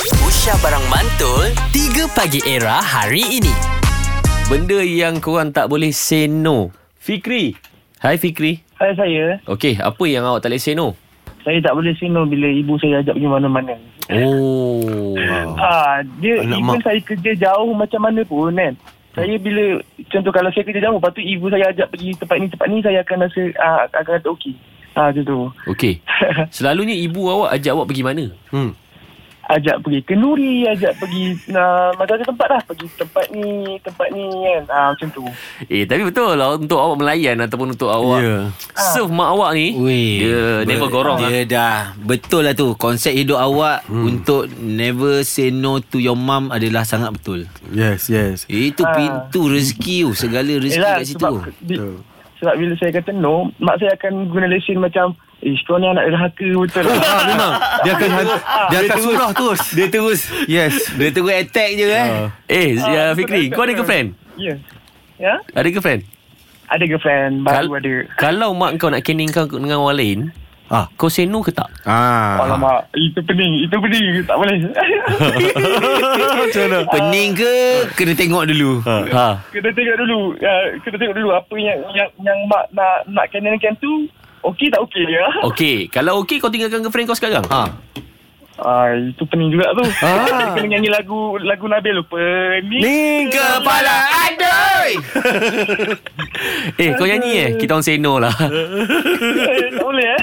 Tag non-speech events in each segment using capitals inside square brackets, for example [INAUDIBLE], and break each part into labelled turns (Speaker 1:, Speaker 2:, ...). Speaker 1: Aisyah Barang Mantul 3 Pagi Era hari ini
Speaker 2: Benda yang korang tak boleh say no. Fikri. Hai Fikri.
Speaker 3: Saya saya,
Speaker 2: Okey, apa yang awak tak boleh say no?
Speaker 3: saya tak boleh seno bila ibu saya ajak pergi mana-mana.
Speaker 2: Oh.
Speaker 3: Ah, dia
Speaker 2: Anak
Speaker 3: Anak even
Speaker 2: mak.
Speaker 3: saya kerja jauh macam mana pun kan. Saya bila contoh kalau saya kerja jauh, lepas tu ibu saya ajak pergi tempat ni tempat ni saya akan rasa ah, akan kata okey. Ah macam tu. [LAUGHS]
Speaker 2: Okey. Selalunya ibu awak ajak awak pergi mana?
Speaker 4: Hmm.
Speaker 3: ajak pergi ke Nuri, ajak pergi ah, macam-macam tempat lah. Pergi tempat ni, tempat ni kan. Ah macam tu.
Speaker 2: Eh, tapi betul lah untuk awak melayan ataupun untuk awak
Speaker 4: Ya.
Speaker 2: yeah. serve mak awak
Speaker 4: Eh,
Speaker 2: ni.
Speaker 5: Weh,
Speaker 2: dia never
Speaker 5: ber-
Speaker 2: gorong ah.
Speaker 4: lah.
Speaker 5: Dia dah Betul lah tu Konsep hidup awak hmm. Untuk never say no to your mum Adalah sangat betul
Speaker 4: Yes, yes.
Speaker 5: Itu
Speaker 3: Ah.
Speaker 5: pintu rezeki tu Segala rezeki
Speaker 3: Yelah,
Speaker 5: kat situ
Speaker 3: Sebab, bi, sebab bila saya kata no, mak saya akan guna lesen macam Ish, kau ni anak derhaka betul lah.
Speaker 4: Ah, memang dia akan han-
Speaker 3: Ah.
Speaker 4: dia akan surah terus.
Speaker 5: [LAUGHS] Dia terus
Speaker 4: Yes.
Speaker 5: Dia terus attack je eh
Speaker 4: Ah.
Speaker 2: Eh,
Speaker 3: Ah,
Speaker 2: uh, Fikri,
Speaker 3: betul,
Speaker 2: kau ada
Speaker 3: betul.
Speaker 2: girlfriend?
Speaker 3: Ya. Ya?
Speaker 2: Ada girlfriend?
Speaker 3: Ada girlfriend baru
Speaker 2: Kal-
Speaker 3: ada.
Speaker 2: Kalau mak kau nak kening kau dengan orang lain,
Speaker 4: Ah.
Speaker 2: kau say no ke tak?
Speaker 4: Ah.
Speaker 3: Alamak, itu pening, itu pening, tak boleh.
Speaker 4: Macam mana?
Speaker 5: Pening ke
Speaker 4: Ah.
Speaker 5: Kena tengok dulu
Speaker 2: Ha.
Speaker 3: kena tengok dulu, ya, kena tengok dulu apa yang yang, yang mak nak nak kenalkan tu okey tak okey ya.
Speaker 2: Okey, kalau okey kau tinggalkan girlfriend kau sekarang. Ha.
Speaker 3: Ah, itu pening juga tu.
Speaker 4: Ah.
Speaker 3: kena nyanyi lagu lagu Nabil tu. Pening.
Speaker 4: Pening
Speaker 5: Kepala adoi
Speaker 2: Eh, kau nyanyi eh. Kita orang say no lah.
Speaker 3: [LAUGHS]
Speaker 2: [LAUGHS]
Speaker 3: tak boleh eh.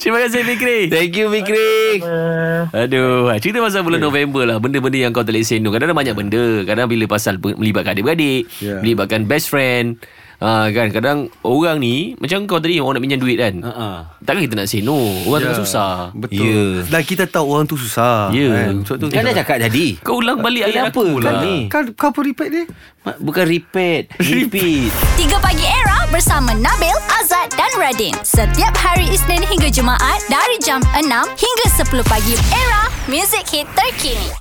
Speaker 2: Terima kasih Fikri.
Speaker 5: Thank you Fikri
Speaker 3: Ah.
Speaker 2: Aduh, eh, cerita pasal bulan November lah Benda-benda yang kau tak boleh say no Kadang-kadang banyak benda Kadang bila pasal pe- melibatkan adik-beradik yeah.
Speaker 4: Ya.
Speaker 2: Melibatkan best friend uh, kan Kadang orang ni Macam kau tadi orang nak pinjam duit kan
Speaker 5: Ah, Ha,
Speaker 2: uh-huh. Takkan kita nak say no Orang yeah. tengah susah
Speaker 4: Betul.
Speaker 5: Ya.
Speaker 4: Dan kita tahu orang tu susah.
Speaker 2: Ya.
Speaker 4: Sebab tu
Speaker 5: Kan dah cakap tadi
Speaker 2: Kau ulang balik ayat
Speaker 5: Kenapa
Speaker 2: aku
Speaker 5: kau
Speaker 2: lah
Speaker 5: Kan ni?
Speaker 4: Kau kan, kau apa repeat dia?
Speaker 5: Ma- Bukan
Speaker 4: [LAUGHS]
Speaker 5: repeat Repeat
Speaker 6: 3 Pagi Era bersama Nabil, Azad dan Radin. Setiap hari Isnin hingga Jumaat dari jam 6 hingga 10 pagi. Era, music hit terkini.